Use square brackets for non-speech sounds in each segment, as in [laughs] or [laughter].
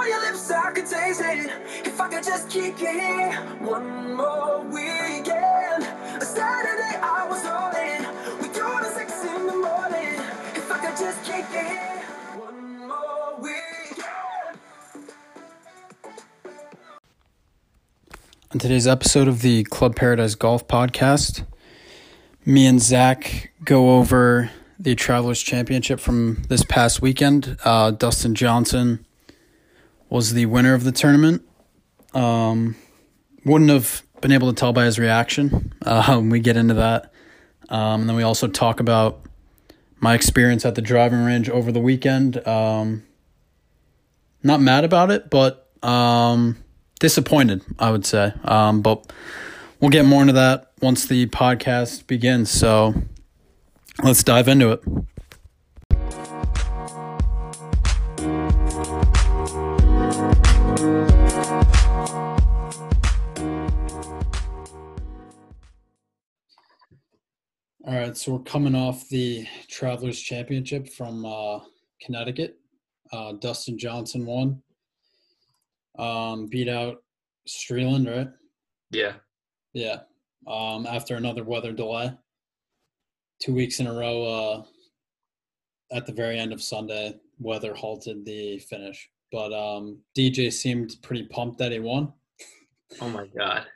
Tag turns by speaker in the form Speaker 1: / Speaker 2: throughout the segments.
Speaker 1: I could taste it, if I could just keep you here one more weekend. A Saturday I was all in, we do the six in the morning. If I could just keep you here one more weekend.
Speaker 2: On today's episode of the Club Paradise Golf Podcast, me and Zach go over the Travelers Championship from this past weekend. Uh, Dustin Johnson was the winner of the tournament. Um, wouldn't have been able to tell by his reaction. Uh, we get into that. Um, and then we also talk about my experience at the driving range over the weekend. Um, not mad about it, but um, disappointed, I would say. Um, but we'll get more into that once the podcast begins. So let's dive into it. All right, so we're coming off the Travelers Championship from uh, Connecticut. Uh, Dustin Johnson won. Um, beat out Streeland, right?
Speaker 3: Yeah.
Speaker 2: Yeah. Um, after another weather delay, two weeks in a row. Uh, at the very end of Sunday, weather halted the finish, but um, DJ seemed pretty pumped that he won.
Speaker 3: Oh my god.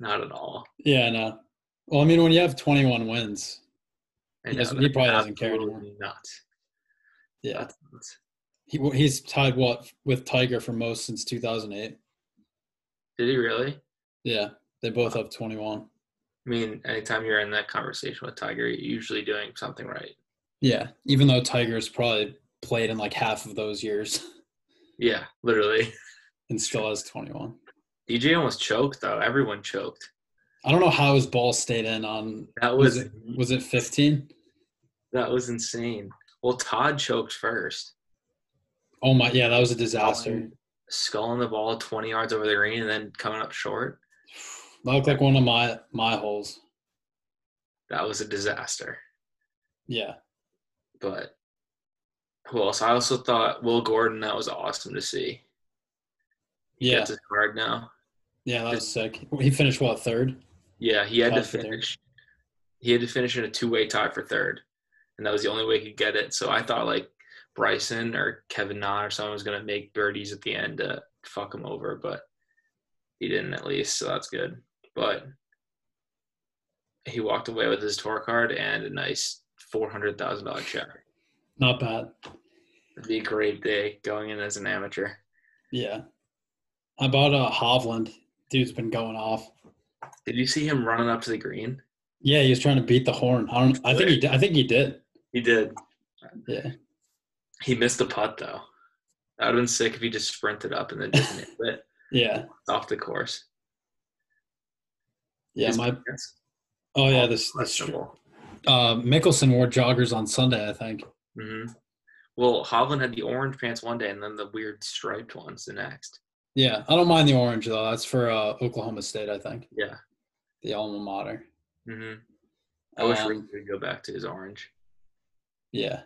Speaker 3: Not at all.
Speaker 2: Yeah, no. Well, I mean, when you have 21 wins,
Speaker 3: I
Speaker 2: He
Speaker 3: know,
Speaker 2: doesn't- he
Speaker 3: that's
Speaker 2: probably doesn't care
Speaker 3: absolutely
Speaker 2: anymore.
Speaker 3: Nuts.
Speaker 2: yeah,
Speaker 3: That's nuts.
Speaker 2: he well, he's tied what with Tiger for most since 2008.
Speaker 3: Did he really?
Speaker 2: Yeah, they both have 21.
Speaker 3: I mean, anytime you're in that conversation with Tiger, you're usually doing something right.
Speaker 2: Yeah, even though Tiger's probably played in like half of those years [laughs]
Speaker 3: Yeah, literally. [laughs]
Speaker 2: and still has 21.
Speaker 3: DJ almost choked though. Everyone choked.
Speaker 2: I don't know how his ball stayed in on
Speaker 3: That
Speaker 2: was
Speaker 3: was,
Speaker 2: it was it 15?
Speaker 3: that was insane. Well, Todd choked first.
Speaker 2: Oh my, yeah, that was a disaster.
Speaker 3: Sculling the ball 20 yards over the green and then coming up short.
Speaker 2: That looked like one of my my holes.
Speaker 3: That was a disaster.
Speaker 2: Yeah,
Speaker 3: But who else? I also thought Will Gordon, that was awesome to see. He
Speaker 2: yeah,
Speaker 3: Gets his card now.
Speaker 2: yeah, that was sick. He finished what third?
Speaker 3: Yeah, he had
Speaker 2: Tied
Speaker 3: to
Speaker 2: for third.
Speaker 3: finish. He had to finish in a two-way tie for third, and that was the only way he could get it. So I thought like Bryson or Kevin Na or someone was gonna make birdies at the end to fuck him over, but he didn't at least, so that's good. But he walked away with his tour card and a nice four hundred thousand dollar check.
Speaker 2: Not bad.
Speaker 3: It'd be a great day going in as an amateur.
Speaker 2: Yeah. How about uh, Hovland? Dude's been going off.
Speaker 3: Did you see him running up to the green?
Speaker 2: Yeah, he was trying to beat the horn. I don't. I think he. Did, I think he did.
Speaker 3: He did.
Speaker 2: Yeah.
Speaker 3: He missed the putt though. That would have been sick if he just sprinted up and then
Speaker 2: [laughs]
Speaker 3: just nailed it.
Speaker 2: Yeah.
Speaker 3: off the course.
Speaker 2: Yeah.
Speaker 3: Is-
Speaker 2: My.
Speaker 3: That's
Speaker 2: Oh yeah. This. this
Speaker 3: questionable.
Speaker 2: uh, Mickelson wore joggers on Sunday. I think.
Speaker 3: hmm Well, Hovland had the orange pants one day, and then the weird striped ones the next.
Speaker 2: Yeah. I don't mind the orange though. That's for uh, Oklahoma State. I think
Speaker 3: Yeah.
Speaker 2: the alma mater.
Speaker 3: hmm I wish
Speaker 2: Um,
Speaker 3: Reed would go back to his orange.
Speaker 2: Yeah.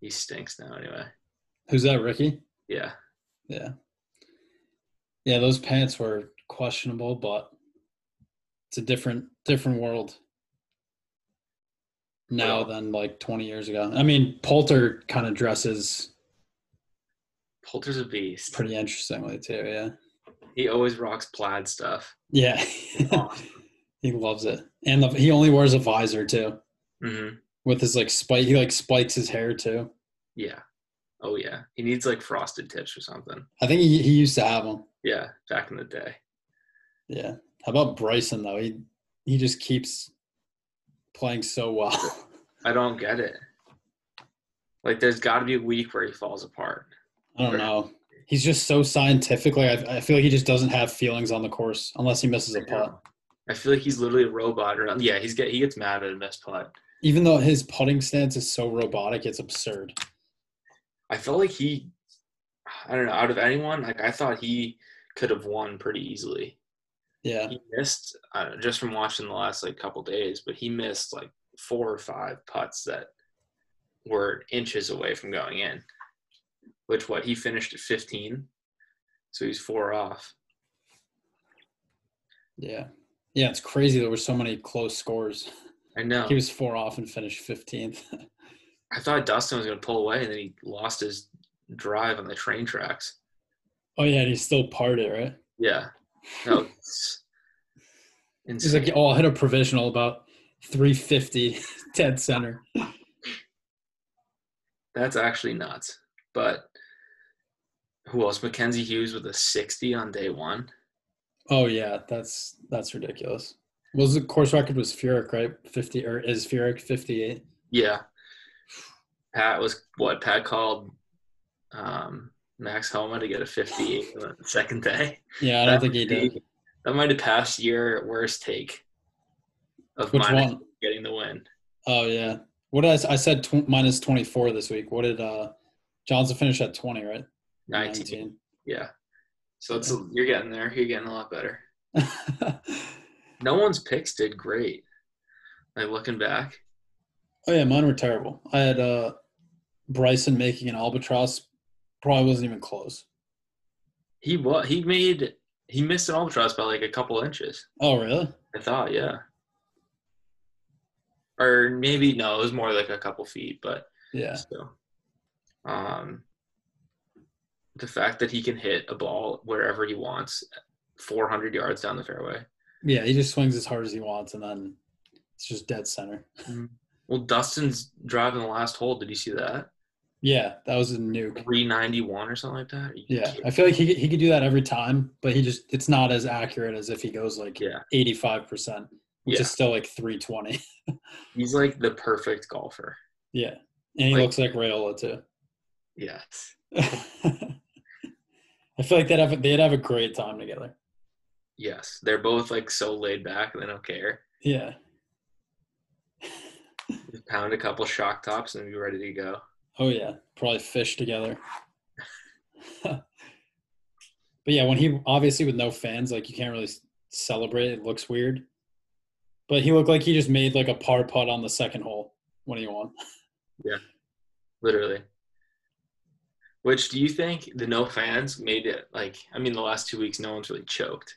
Speaker 3: He stinks now, anyway.
Speaker 2: Who's that, Ricky?
Speaker 3: Yeah.
Speaker 2: Yeah. Yeah, those pants were questionable, but it's a different different world now
Speaker 3: Yeah.
Speaker 2: than like 20 years ago. I mean, Poulter kind of dresses
Speaker 3: Poulter's a beast.
Speaker 2: pretty interestingly too. Yeah.
Speaker 3: He always rocks
Speaker 2: [laughs]
Speaker 3: plaid stuff.
Speaker 2: Yeah. [laughs]
Speaker 3: Awesome.
Speaker 2: he loves it, and the, he only wears a visor too,
Speaker 3: hmm
Speaker 2: with his like spike. He like spikes his hair too.
Speaker 3: Yeah. Oh yeah. He needs like frosted tips or something.
Speaker 2: I think he, he used to have them.
Speaker 3: Yeah. Back in the day.
Speaker 2: Yeah. How about Bryson though? He he just keeps playing so well. [laughs]
Speaker 3: I don't get it. Like, there's got to be a week where he falls apart.
Speaker 2: I don't
Speaker 3: Sure.
Speaker 2: know. He's just so scientific. Like I, I feel like he just doesn't have feelings on the course unless he misses a
Speaker 3: I know.
Speaker 2: putt.
Speaker 3: I feel like he's literally a robot. Around. Yeah, he's get he gets mad at a missed putt.
Speaker 2: Even though his putting stance is so robotic, it's absurd.
Speaker 3: I felt like he, I don't know, out of anyone, like I thought he could have won pretty easily.
Speaker 2: Yeah,
Speaker 3: He missed I don't know, just from watching the last like couple days, but he missed like four or five putts that were inches away from going in. Which what he finished at 15. So he's four off.
Speaker 2: Yeah. Yeah, it's crazy there were so many close scores.
Speaker 3: I know.
Speaker 2: He was four off and finished 15th.
Speaker 3: I thought Dustin was going to pull away, and then he lost his drive on the train tracks.
Speaker 2: [laughs] oh, yeah, and he still parred it, right?
Speaker 3: Yeah.
Speaker 2: [laughs]
Speaker 3: No. it's
Speaker 2: He's
Speaker 3: insane.
Speaker 2: like, oh, I'll hit a provisional about 350 [laughs] dead center.
Speaker 3: That's actually nuts. But who else? Mackenzie Hughes with a 60 on day one.
Speaker 2: Oh, yeah, that's that's ridiculous. Was the course record was Furyk, right? 50 or is Furyk 58?
Speaker 3: Yeah. Pat was what? Pat called um, Max Homa to get a 58 on the second day.
Speaker 2: Yeah, I don't think he did.
Speaker 3: That might have passed your worst take of
Speaker 2: Which
Speaker 3: mine
Speaker 2: one?
Speaker 3: getting the win.
Speaker 2: Oh yeah. What did I, s- I said tw- minus 24 this week. What did uh Johnson finish at 20, right?
Speaker 3: 19. Yeah. So it's you're getting there. You're getting a lot better.
Speaker 2: 19.
Speaker 3: No one's picks did great. Like looking back,
Speaker 2: [laughs] oh yeah, mine were terrible. I had uh Bryson making an albatross probably wasn't even close.
Speaker 3: he wa- he made he missed an albatross by like a couple inches.
Speaker 2: Oh really?
Speaker 3: I thought, yeah. Or maybe no, it was more like a couple feet, but
Speaker 2: Yeah.
Speaker 3: So, um, the fact that he can hit a ball wherever he wants, 400 yards down the fairway.
Speaker 2: Yeah, he just swings as hard as he wants and then it's just dead center.
Speaker 3: Well, Dustin's driving the last hole. Did you see that?
Speaker 2: Yeah, that was a nuke.
Speaker 3: 391 or something like that. Are you
Speaker 2: Yeah,
Speaker 3: kidding?
Speaker 2: I feel like he could- he could do that every time, but he just it's not as accurate as if he goes like
Speaker 3: Yeah.
Speaker 2: 85%, which
Speaker 3: Yeah.
Speaker 2: is still like 320.
Speaker 3: He's like the perfect golfer.
Speaker 2: [laughs] Yeah. And he
Speaker 3: Like-
Speaker 2: looks like Rayola too.
Speaker 3: Yes.
Speaker 2: [laughs] I feel like they'd have they'd have a great time together.
Speaker 3: Yes. They're both like so laid back and they don't care.
Speaker 2: Yeah.
Speaker 3: Just pound a couple shock tops and be ready to go.
Speaker 2: Oh yeah. Probably fish together. [laughs] but yeah, when he obviously with no fans, like you can't really s- celebrate. It looks weird. But he looked like he just made like a par putt on the second hole when he won.
Speaker 3: literally. Which do you think the no fans made it like? I mean, the last two weeks, no one's really choked,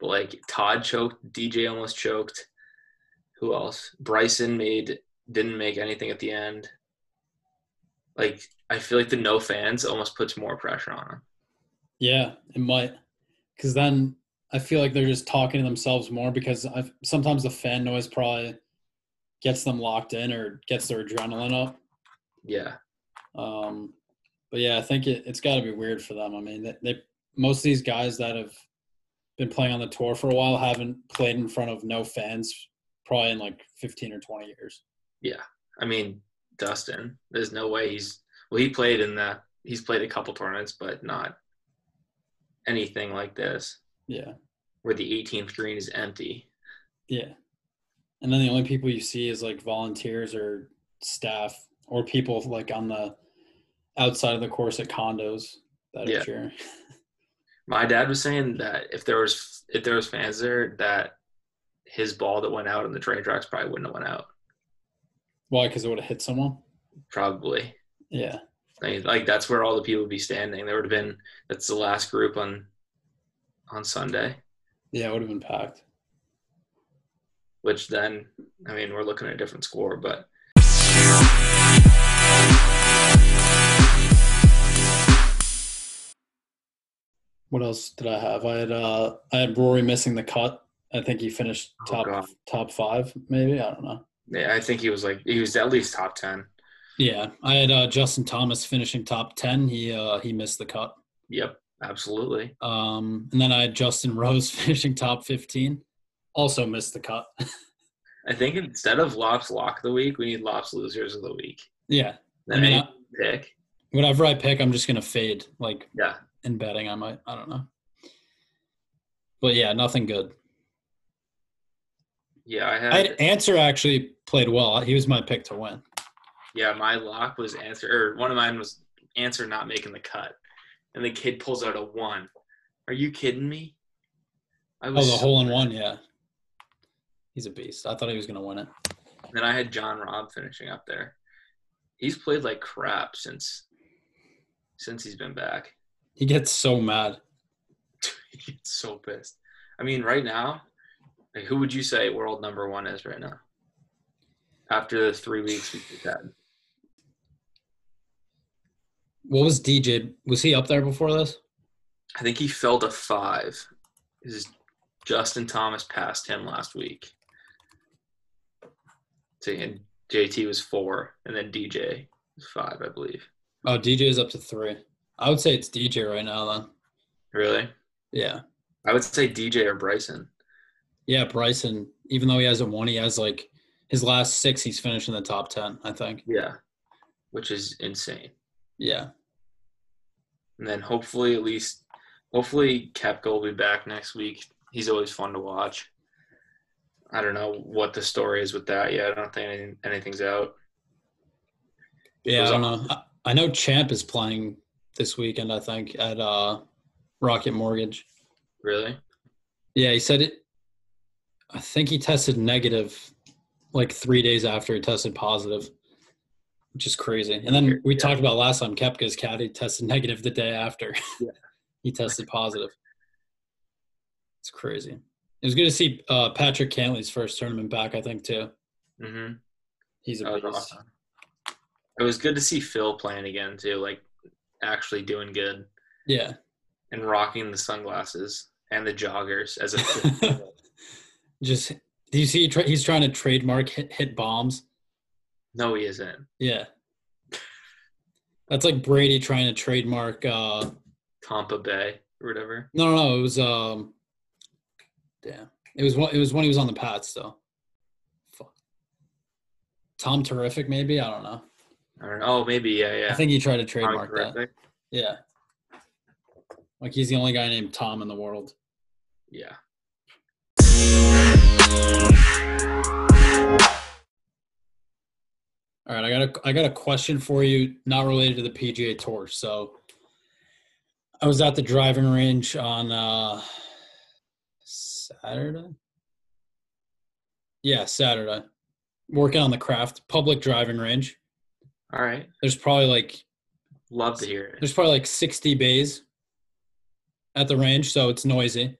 Speaker 3: but like Todd choked, DJ almost choked. Who else? Bryson made didn't make anything at the end. Like I feel like the no fans almost puts more pressure on him.
Speaker 2: Yeah, it might. Because then I feel like they're just talking to themselves more because I've, sometimes the fan noise probably gets them locked in or gets their adrenaline up.
Speaker 3: Yeah,
Speaker 2: Um, but yeah, I think it, it's got to be weird for them. I mean, they, they most of these guys that have been playing on the tour for a while haven't played in front of no fans probably in like 15 or 20 years.
Speaker 3: I mean Dustin. There's no way he's well. He played in the he's played a couple tournaments, but not anything like this
Speaker 2: Yeah.
Speaker 3: where the 18th green is empty.
Speaker 2: Yeah. And then the only people you see is like volunteers or staff or people like on the outside of the course at condos that
Speaker 3: Yeah.
Speaker 2: are cheering.
Speaker 3: My dad was saying that if there was if there was fans there, that his ball that went out on the train tracks probably wouldn't have went out.
Speaker 2: Why? Because it would have hit someone.
Speaker 3: Probably.
Speaker 2: Yeah.
Speaker 3: I mean, like that's where all the people would be standing. There would have been that's the last group on on Sunday.
Speaker 2: Yeah, it would have been packed.
Speaker 3: Which then, I mean, we're looking at a different score, but
Speaker 2: What else did I have? I had uh I had Rory missing the cut. I think he finished
Speaker 3: Oh,
Speaker 2: top
Speaker 3: God.
Speaker 2: top five, maybe. I don't know.
Speaker 3: yeah, I think he was like he was at least top ten.
Speaker 2: Yeah. I had uh Justin Thomas finishing top ten. He uh he missed the cut.
Speaker 3: Yep, absolutely.
Speaker 2: Um and then I had Justin [laughs] Rose finishing top fifteen. Also missed the cut. [laughs]
Speaker 3: I think instead of Lops Lock of the Week, we need Lops Losers of the Week.
Speaker 2: yeah. I
Speaker 3: Then
Speaker 2: mean,
Speaker 3: any
Speaker 2: I,
Speaker 3: pick.
Speaker 2: whatever I pick, I'm just gonna fade. Like
Speaker 3: Yeah.
Speaker 2: in betting, I might. I don't know. But yeah, nothing good.
Speaker 3: Yeah, I had
Speaker 2: I, answer actually played well. He was my pick to win.
Speaker 3: Yeah, my lock was answer, or one of mine was answer not making the cut, and the kid pulls out a one. Are you kidding me? I
Speaker 2: Oh,
Speaker 3: was.
Speaker 2: the hole in one. Yeah, he's a beast. I thought he was gonna win it.
Speaker 3: then I had John Robb finishing up there. He's played like crap since since he's been back.
Speaker 2: He gets so mad.
Speaker 3: [laughs] He gets so pissed. I mean, right now, like, who would you say world number one is right now? After the three weeks we just had,
Speaker 2: What was DJ? Was he up there before this?
Speaker 3: I think he fell to five. This is Justin Thomas passed him last week. So, And JT was four, and then DJ was five, I believe.
Speaker 2: Oh, DJ is up to three. I would say it's DJ right now then.
Speaker 3: Really?
Speaker 2: Yeah.
Speaker 3: I would say DJ or Bryson.
Speaker 2: Yeah, Bryson, even though he hasn't won, he has like his last six, he's finished in the top 10, I think.
Speaker 3: Yeah. Which is insane.
Speaker 2: Yeah.
Speaker 3: And then hopefully at least hopefully Kepka will be back next week. He's always fun to watch. I don't know what the story is with that yet. I don't think anything, anything's out.
Speaker 2: Yeah,
Speaker 3: Was
Speaker 2: I don't know. I, I know Champ is playing this weekend, I think, at uh, Rocket Mortgage.
Speaker 3: Really?
Speaker 2: Yeah, he said it. I think he tested negative like three days after he tested positive, which is crazy. And then we
Speaker 3: Yeah.
Speaker 2: talked about last time Kepka's caddy tested negative the day after [laughs]
Speaker 3: Yeah.
Speaker 2: he tested positive. It's crazy. It was good to see uh, Patrick Cantley's first tournament back, I think, too.
Speaker 3: Mm-hmm.
Speaker 2: He's a
Speaker 3: That was
Speaker 2: beast.
Speaker 3: awesome. It was good to see Phil playing again too, like actually doing good
Speaker 2: Yeah.
Speaker 3: and rocking the sunglasses and the joggers as a
Speaker 2: [laughs] Just, do you see he tra- he's trying to trademark hit, hit bombs?
Speaker 3: No he isn't.
Speaker 2: Yeah.
Speaker 3: [laughs]
Speaker 2: That's like Brady trying to trademark uh
Speaker 3: Tampa Bay or whatever.
Speaker 2: no no no it was um damn. It was one it was when he was on the Pats though. Fuck. Tom Terrific maybe? I don't know.
Speaker 3: I don't know. Oh maybe, yeah, yeah.
Speaker 2: I think he tried to
Speaker 3: Tom
Speaker 2: trademark that.
Speaker 3: Terrific.
Speaker 2: Yeah. Like he's the only guy named Tom in the world.
Speaker 3: Yeah.
Speaker 2: All right, I got a I got a question for you, not related to the PGA Tour. So, I was at the driving range on uh, Saturday. Yeah, Saturday, working on the craft public driving range.
Speaker 3: All right.
Speaker 2: There's probably like
Speaker 3: Love to hear it.
Speaker 2: there's probably like 60 bays at the range, so it's noisy.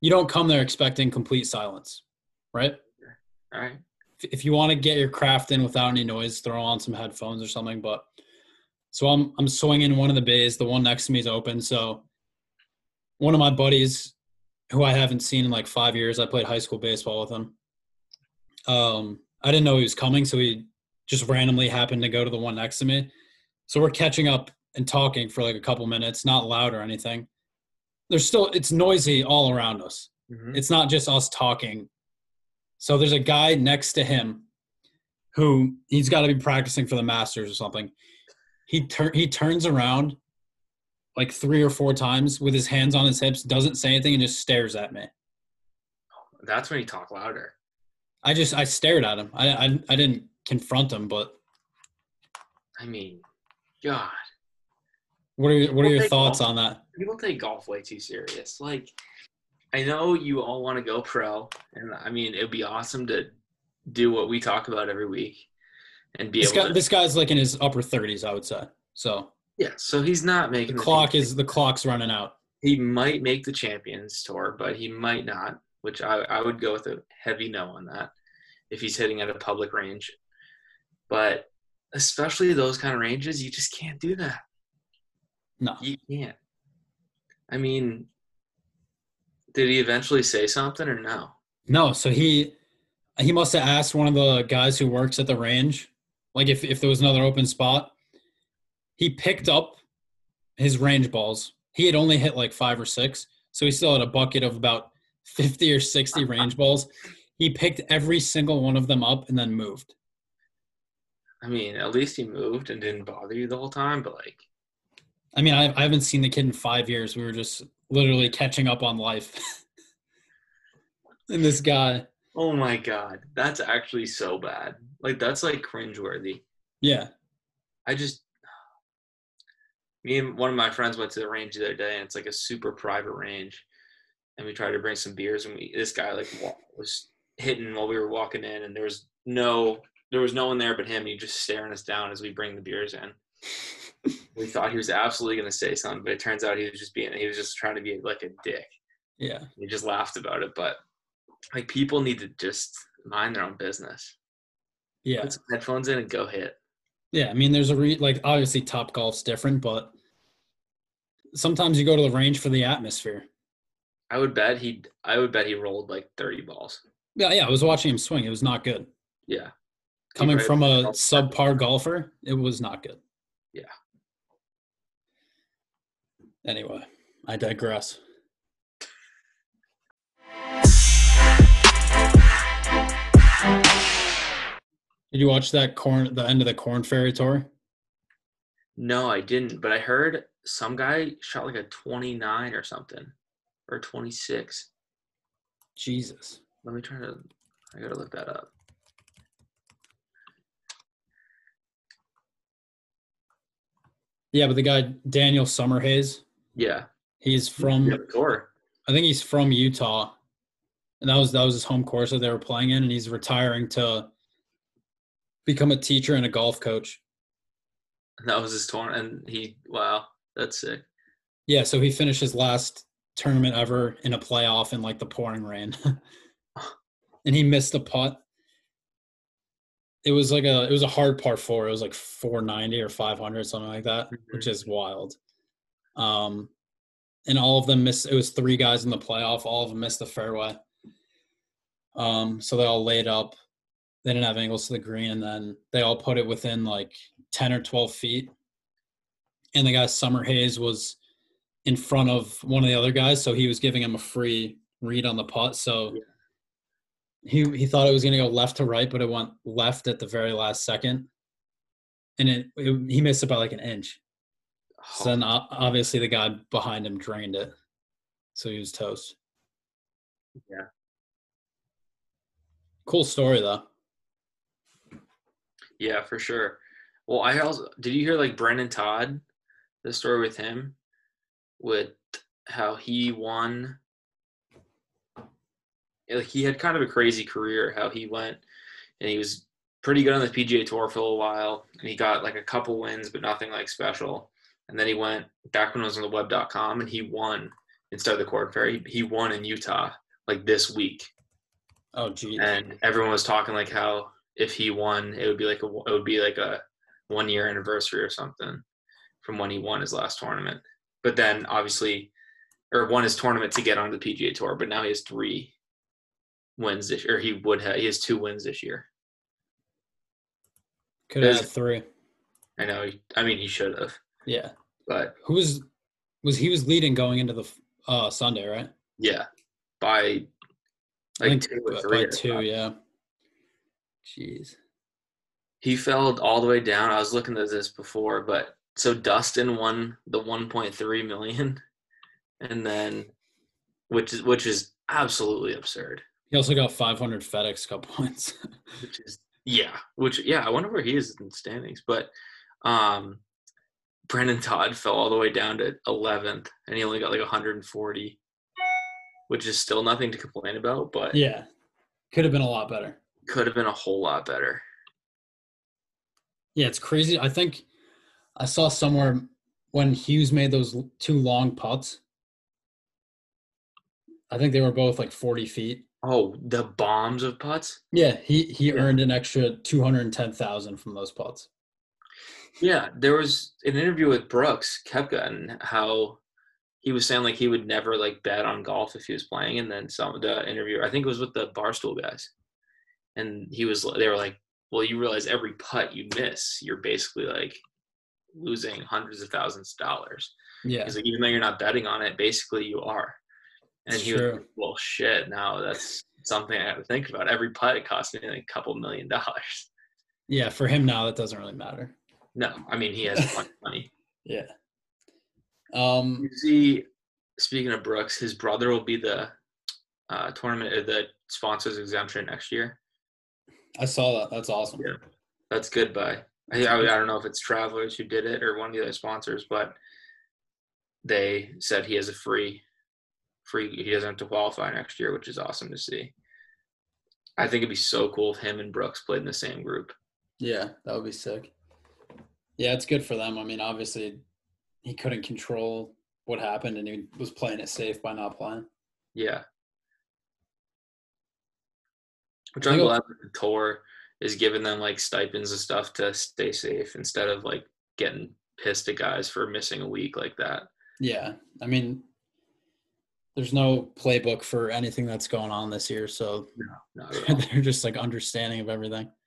Speaker 2: You don't come there expecting complete silence, right?
Speaker 3: All right.
Speaker 2: if if you want to get your craft in without any noise, throw on some headphones or something. But so I'm I'm swinging one of the bays. The one next to me is open. So one of my buddies, who I haven't seen in like five years, I played high school baseball with him. Um, I didn't know he was coming, so he just randomly happened to go to the one next to me. So we're catching up and talking for like a couple minutes, not loud or anything. There's still it's noisy all around us
Speaker 3: Mhm.
Speaker 2: it's not just us talking. So there's a guy next to him who he's got to be practicing for the Masters or something. He tur- he turns around like three or four times with his hands on his hips, doesn't say anything, and just stares at me.
Speaker 3: That's when you talk louder.
Speaker 2: I just I stared at him. I I, I didn't confront him, but
Speaker 3: I mean, God,
Speaker 2: what are your, what are
Speaker 3: Well,
Speaker 2: your
Speaker 3: they
Speaker 2: thoughts
Speaker 3: don't.
Speaker 2: on that?
Speaker 3: people take golf way too serious. Like, I know you all want to go pro, and I mean, it'd be awesome to do what we talk about every week and be
Speaker 2: This
Speaker 3: able
Speaker 2: guy
Speaker 3: to.
Speaker 2: this guy's like in his upper thirties, I would say. So
Speaker 3: yeah, so he's not
Speaker 2: the
Speaker 3: making the
Speaker 2: clock is the clock's running out.
Speaker 3: he might make the champions tour, but he might not, which I, I would go with a heavy no on that if he's hitting at a public range. But especially those kind of ranges, you just can't do that.
Speaker 2: No,
Speaker 3: You can't. I mean, did he eventually say something or no?
Speaker 2: No, so he he must have asked one of the guys who works at the range, like if if there was another open spot. He picked up his range balls. He had only hit like five or six, so he still had a bucket of about fifty or sixty range balls. He picked every single one of them up and then moved.
Speaker 3: I mean, at least he moved and didn't bother you the whole time, but like,
Speaker 2: I mean, I, I haven't seen the kid in five years. We were just literally catching up on life. [laughs] and this guy,
Speaker 3: oh my God, that's actually so bad. Like, that's like cringeworthy.
Speaker 2: yeah,
Speaker 3: I just [sighs] me and one of my friends went to the range the other day, and it's like a super private range, and we tried to bring some beers, and we this guy like wa- was hitting while we were walking in, and there was no there was no one there but him. He just staring us down as we bring the beers in. we thought he was absolutely going to say something, but it turns out he was just being he was just trying to be like a dick.
Speaker 2: Yeah.
Speaker 3: We just laughed about it, but like people need to just mind their own business.
Speaker 2: Yeah.
Speaker 3: Put some headphones in and go hit.
Speaker 2: Yeah, I mean, there's a re- like obviously top golf's different, but sometimes you go to the range for the atmosphere.
Speaker 3: I would bet he I would bet he rolled like 30 balls.
Speaker 2: Yeah, yeah, I was watching him swing. It was not good.
Speaker 3: Yeah.
Speaker 2: Coming
Speaker 3: Right.
Speaker 2: from a subpar golfer, it was not good.
Speaker 3: Yeah.
Speaker 2: Anyway, I digress. Did you watch that corn the end of the corn fairy tour?
Speaker 3: No, I didn't, but I heard some guy shot like a 29 or something or 26.
Speaker 2: Jesus.
Speaker 3: Let me try to I got to look that up.
Speaker 2: Yeah, but the guy Daniel Summerhays,
Speaker 3: Yeah.
Speaker 2: he's from
Speaker 3: Or
Speaker 2: I think he's from Utah, and that was that was his home course that they were playing in, and he's retiring to become a teacher and a golf coach.
Speaker 3: that was his torn and he wow, that's sick.
Speaker 2: Yeah, so he finished his last tournament ever in a playoff in like the pouring rain, [laughs] and he missed a putt. It was like a it was a hard par four. It was like four ninety or five hundred something like that, which is wild. Um, and all of them missed. It was three guys in the playoff. All of them missed the fairway. Um, so they all laid up. They didn't have angles to the green, and then they all put it within like ten or twelve feet. And the guy Summer Hayes was in front of one of the other guys, so he was giving him a free read on the putt. So he he thought it was going to go left to right, but it went left at the very last second, and it, it he missed it by like an inch. So then o- obviously the guy behind him drained it. So he was toast.
Speaker 3: Yeah.
Speaker 2: Cool story though.
Speaker 3: Yeah, for sure. Well, I also did you hear like Brendan Todd, the story with him, with how he won. Like he had kind of a crazy career. How he went, and he was pretty good on the PGA Tour for a little while, and he got like a couple wins, but nothing like special. And then he went back when it was on the web.com, and he won instead of the Corn Ferry. He won in Utah like this week
Speaker 2: Oh gee.
Speaker 3: and everyone was talking like how if he won, it would be like a it would be like a one year anniversary or something from when he won his last tournament. But then obviously, or won his tournament to get onto the PGA Tour. But now he has three wins this, or he would have. He has two wins this year.
Speaker 2: Could have
Speaker 3: there's-
Speaker 2: had three.
Speaker 3: I know. He, I mean, he should have,
Speaker 2: Yeah.
Speaker 3: but
Speaker 2: Who was was he was leading going into the f- uh Sunday, right?
Speaker 3: yeah, by
Speaker 2: I
Speaker 3: like
Speaker 2: think
Speaker 3: two
Speaker 2: by-
Speaker 3: or three.
Speaker 2: by two, yeah. Jeez.
Speaker 3: He fell all the way down. I was looking at this before, but so Dustin won the 1.3 million, and then which is which is absolutely absurd.
Speaker 2: He also got 500 FedEx Cup points. [laughs]
Speaker 3: Which is yeah, which yeah. I wonder where he is in the standings, but um, Brendan Todd fell all the way down to 11th, and he only got like 140, which is still nothing to complain about, but
Speaker 2: yeah. Could have been a lot better.
Speaker 3: could have been a whole lot better.
Speaker 2: Yeah, it's crazy. I think I saw somewhere when Hughes made those l- two long putts. I think they were both like 40 feet.
Speaker 3: Oh, the bombs of putts.
Speaker 2: Yeah, he he
Speaker 3: Yeah.
Speaker 2: earned an extra 210,000 from those putts.
Speaker 3: Yeah, there was an interview with Brooks Kepka and how he was saying like he would never like bet on golf if he was playing, and then some of the interviewer I think it was with the Barstool guys, and he was they were like, well, you realize every putt you miss, you're basically like losing hundreds of thousands of dollars.
Speaker 2: Yeah.
Speaker 3: He's like, even though you're not betting on it, basically you are. And
Speaker 2: It's
Speaker 3: he was
Speaker 2: true.
Speaker 3: like, well, shit, now that's something I got to think about. Every putt it costs me like a couple million dollars. [laughs]
Speaker 2: Yeah, for him now that doesn't really matter.
Speaker 3: No, I mean he has plenty of money.
Speaker 2: Yeah. Um
Speaker 3: You see, speaking of Brooks, his brother will be the uh, tournament or the sponsors exemption next year.
Speaker 2: I saw that. That's awesome.
Speaker 3: Yeah. That's good by. I, I, I don't know if it's Travelers who did it or one of the other sponsors, but they said he has a free, free. He doesn't have to qualify next year, which is awesome to see. I think it'd be so cool if him and Brooks played in the same group.
Speaker 2: Yeah, that would be sick. Yeah, it's good for them. I mean, obviously, he couldn't control what happened, and he was playing it safe by not playing.
Speaker 3: Yeah. Which
Speaker 2: I
Speaker 3: I'm
Speaker 2: think
Speaker 3: glad that the tour is giving them like stipends and stuff to stay safe instead of like getting pissed at guys for missing a week like that.
Speaker 2: Yeah, I mean, there's no playbook for anything that's going on this year, so [laughs]
Speaker 3: Not at all.
Speaker 2: they're just like understanding of everything.
Speaker 3: [laughs]
Speaker 2: [laughs]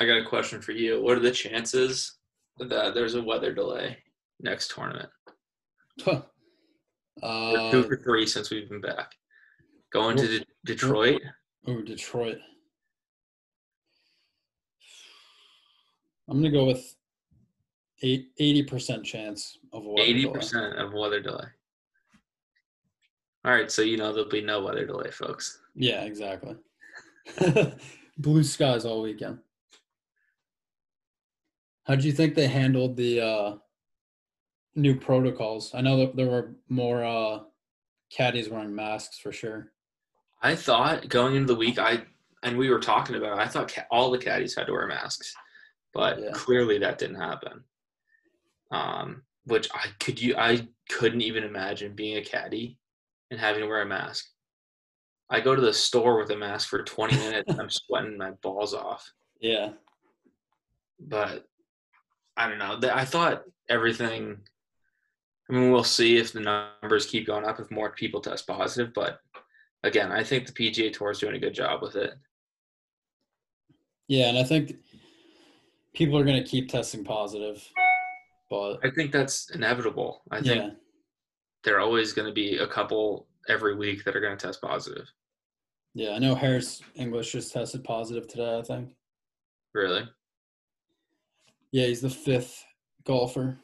Speaker 3: I got a question for you. What are the chances that there's a weather delay next tournament?
Speaker 2: Huh.
Speaker 3: We're
Speaker 2: Uh,
Speaker 3: two for three since we've been back. Going to De- Detroit.
Speaker 2: ooh, Detroit. I'm gonna go with eighty percent chance of a weather delay.
Speaker 3: Eighty percent of weather delay. All right, so you know there'll be no weather delay, folks.
Speaker 2: Yeah, [laughs] exactly. Blue skies all weekend. How do you think they handled the uh, new protocols? I know that there were more uh, caddies wearing masks for sure.
Speaker 3: I thought going into the week, I and we were talking about. It, I thought ca- all the caddies had to wear masks, but
Speaker 2: Yeah.
Speaker 3: clearly that didn't happen. Um, which I could you I couldn't even imagine being a caddy and having to wear a mask. I go to the store with a mask for 20 minutes. and I'm sweating my balls off.
Speaker 2: Yeah,
Speaker 3: but I don't know. Th- I thought everything. I mean, we'll see if the numbers keep going up if more people test positive. But again, I think the PGA Tour is doing a good job with it.
Speaker 2: yeah, and I think people are gonna keep testing positive, but
Speaker 3: I think that's inevitable. I think
Speaker 2: yeah,
Speaker 3: there are always going to be a couple every week that are going to test positive.
Speaker 2: yeah. I know Harris English just tested positive today. I think.
Speaker 3: Really?
Speaker 2: Yeah, he's the fifth golfer.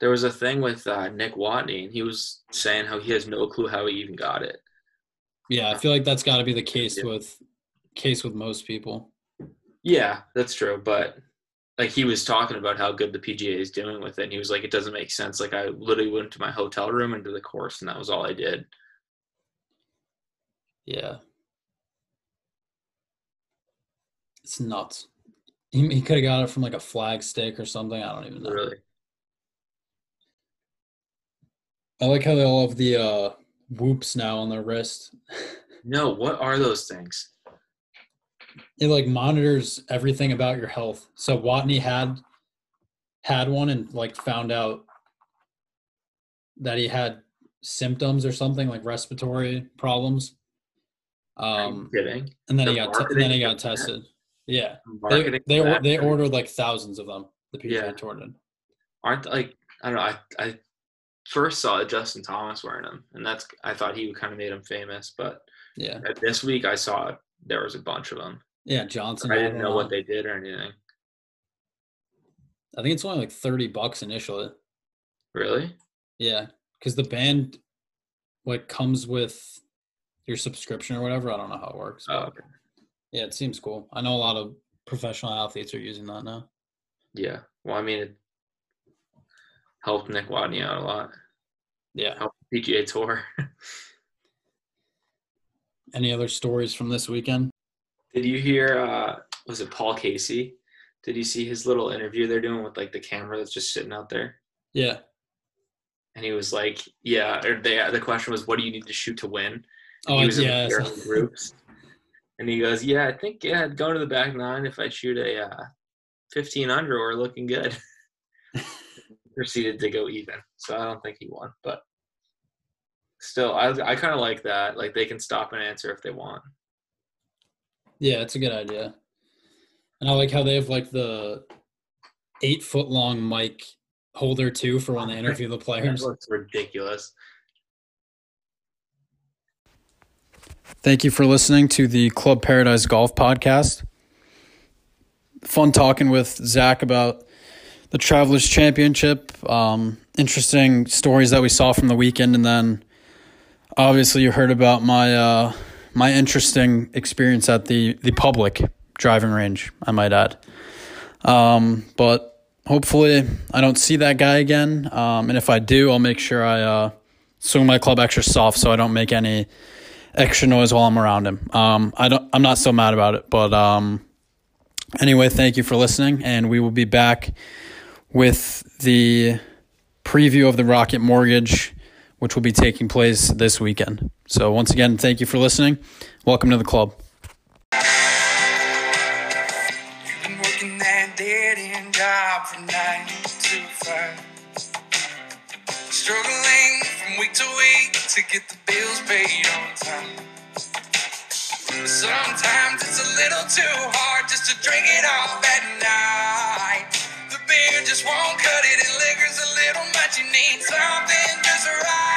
Speaker 3: There was a thing with uh, Nick Watney, and he was saying how he has no clue how he even got it.
Speaker 2: Yeah, I feel like that's got to be the case
Speaker 3: Yeah.
Speaker 2: with case with most people.
Speaker 3: Yeah, that's true. But like he was talking about how good the PGA is doing with it, and he was like, it doesn't make sense. Like I literally went to my hotel room and to the course, and that was all I did.
Speaker 2: Yeah. It's nuts. He, he could have got it from like a flag stick or something. I don't even know.
Speaker 3: Really,
Speaker 2: I like how they all have the uh, whoops now on their wrist.
Speaker 3: no. What are those things?
Speaker 2: It like monitors everything about your health. So Watney had had one and like found out that he had symptoms or something like respiratory problems.
Speaker 3: I'm
Speaker 2: Um,
Speaker 3: kidding.
Speaker 2: and then
Speaker 3: The
Speaker 2: he got te- and then he
Speaker 3: marketing
Speaker 2: got
Speaker 3: of that.
Speaker 2: tested. Yeah. They
Speaker 3: Marketing
Speaker 2: they, or-
Speaker 3: that-
Speaker 2: they ordered like thousands of them. The PGA
Speaker 3: Yeah.
Speaker 2: Tour did.
Speaker 3: aren't like I don't know. I I first saw Justin Thomas wearing them, and that's I thought he kind of made him famous. But
Speaker 2: Yeah,
Speaker 3: this week I saw there was a bunch of them.
Speaker 2: yeah. Johnson.
Speaker 3: I
Speaker 2: had
Speaker 3: didn't
Speaker 2: one
Speaker 3: know what
Speaker 2: on.
Speaker 3: they did or anything.
Speaker 2: I think it's only like thirty bucks initially.
Speaker 3: Really?
Speaker 2: Yeah, because the band like comes with your subscription or whatever. I don't know how it works.
Speaker 3: Oh,
Speaker 2: but
Speaker 3: okay.
Speaker 2: Yeah, it seems cool. I know a lot of professional athletes are using that now.
Speaker 3: yeah. Well, I mean, it helped Nick Watney out a lot.
Speaker 2: Yeah.
Speaker 3: PGA Tour. [laughs]
Speaker 2: Any other stories from this weekend?
Speaker 3: Did you hear? Uh, was it Paul Casey? Did you see his little interview they're doing with like the camera that's just sitting out there?
Speaker 2: Yeah.
Speaker 3: And he was like, "Yeah." Or they, uh, the question was, "What do you need to shoot to win?"
Speaker 2: Oh,
Speaker 3: he was
Speaker 2: yeah.
Speaker 3: in the early groups. And he goes, "Yeah, I think yeah, I'd go to the back nine if I shoot a uh, 15 under. We're looking good." [laughs] Proceeded to go even, so I don't think he won, but still, I I kind of like that. Like they can stop and answer if they want.
Speaker 2: Yeah, it's a good idea. And I like how they have like the eight foot long mic holder too for when they interview the
Speaker 3: That
Speaker 2: players.
Speaker 3: looks ridiculous.
Speaker 4: Thank you for listening to the Club Paradise Golf Podcast. Fun talking with Zach about the Travelers Championship. Um, interesting stories that we saw from the weekend, and then obviously you heard about my uh, my interesting experience at the the public driving range. I might add, um, but hopefully I don't see that guy again. Um, and if I do, I'll make sure I uh, swing my club extra soft so I don't make any extra noise while I'm around him. Um, I don't, I'm not so mad about it, but um,
Speaker 2: Anyway, thank you for listening, and we will be back with the preview of the Rocket Mortgage, which will be taking place this weekend. So, once again, thank you for listening. Welcome to the club.
Speaker 5: You've been working that dead end job from nine to five. Struggling from week to week to get the bills paid on time. But sometimes it's a little too hard just to drink it off at night. The beer just won't cut it, and liquor's a little much. You need something just right.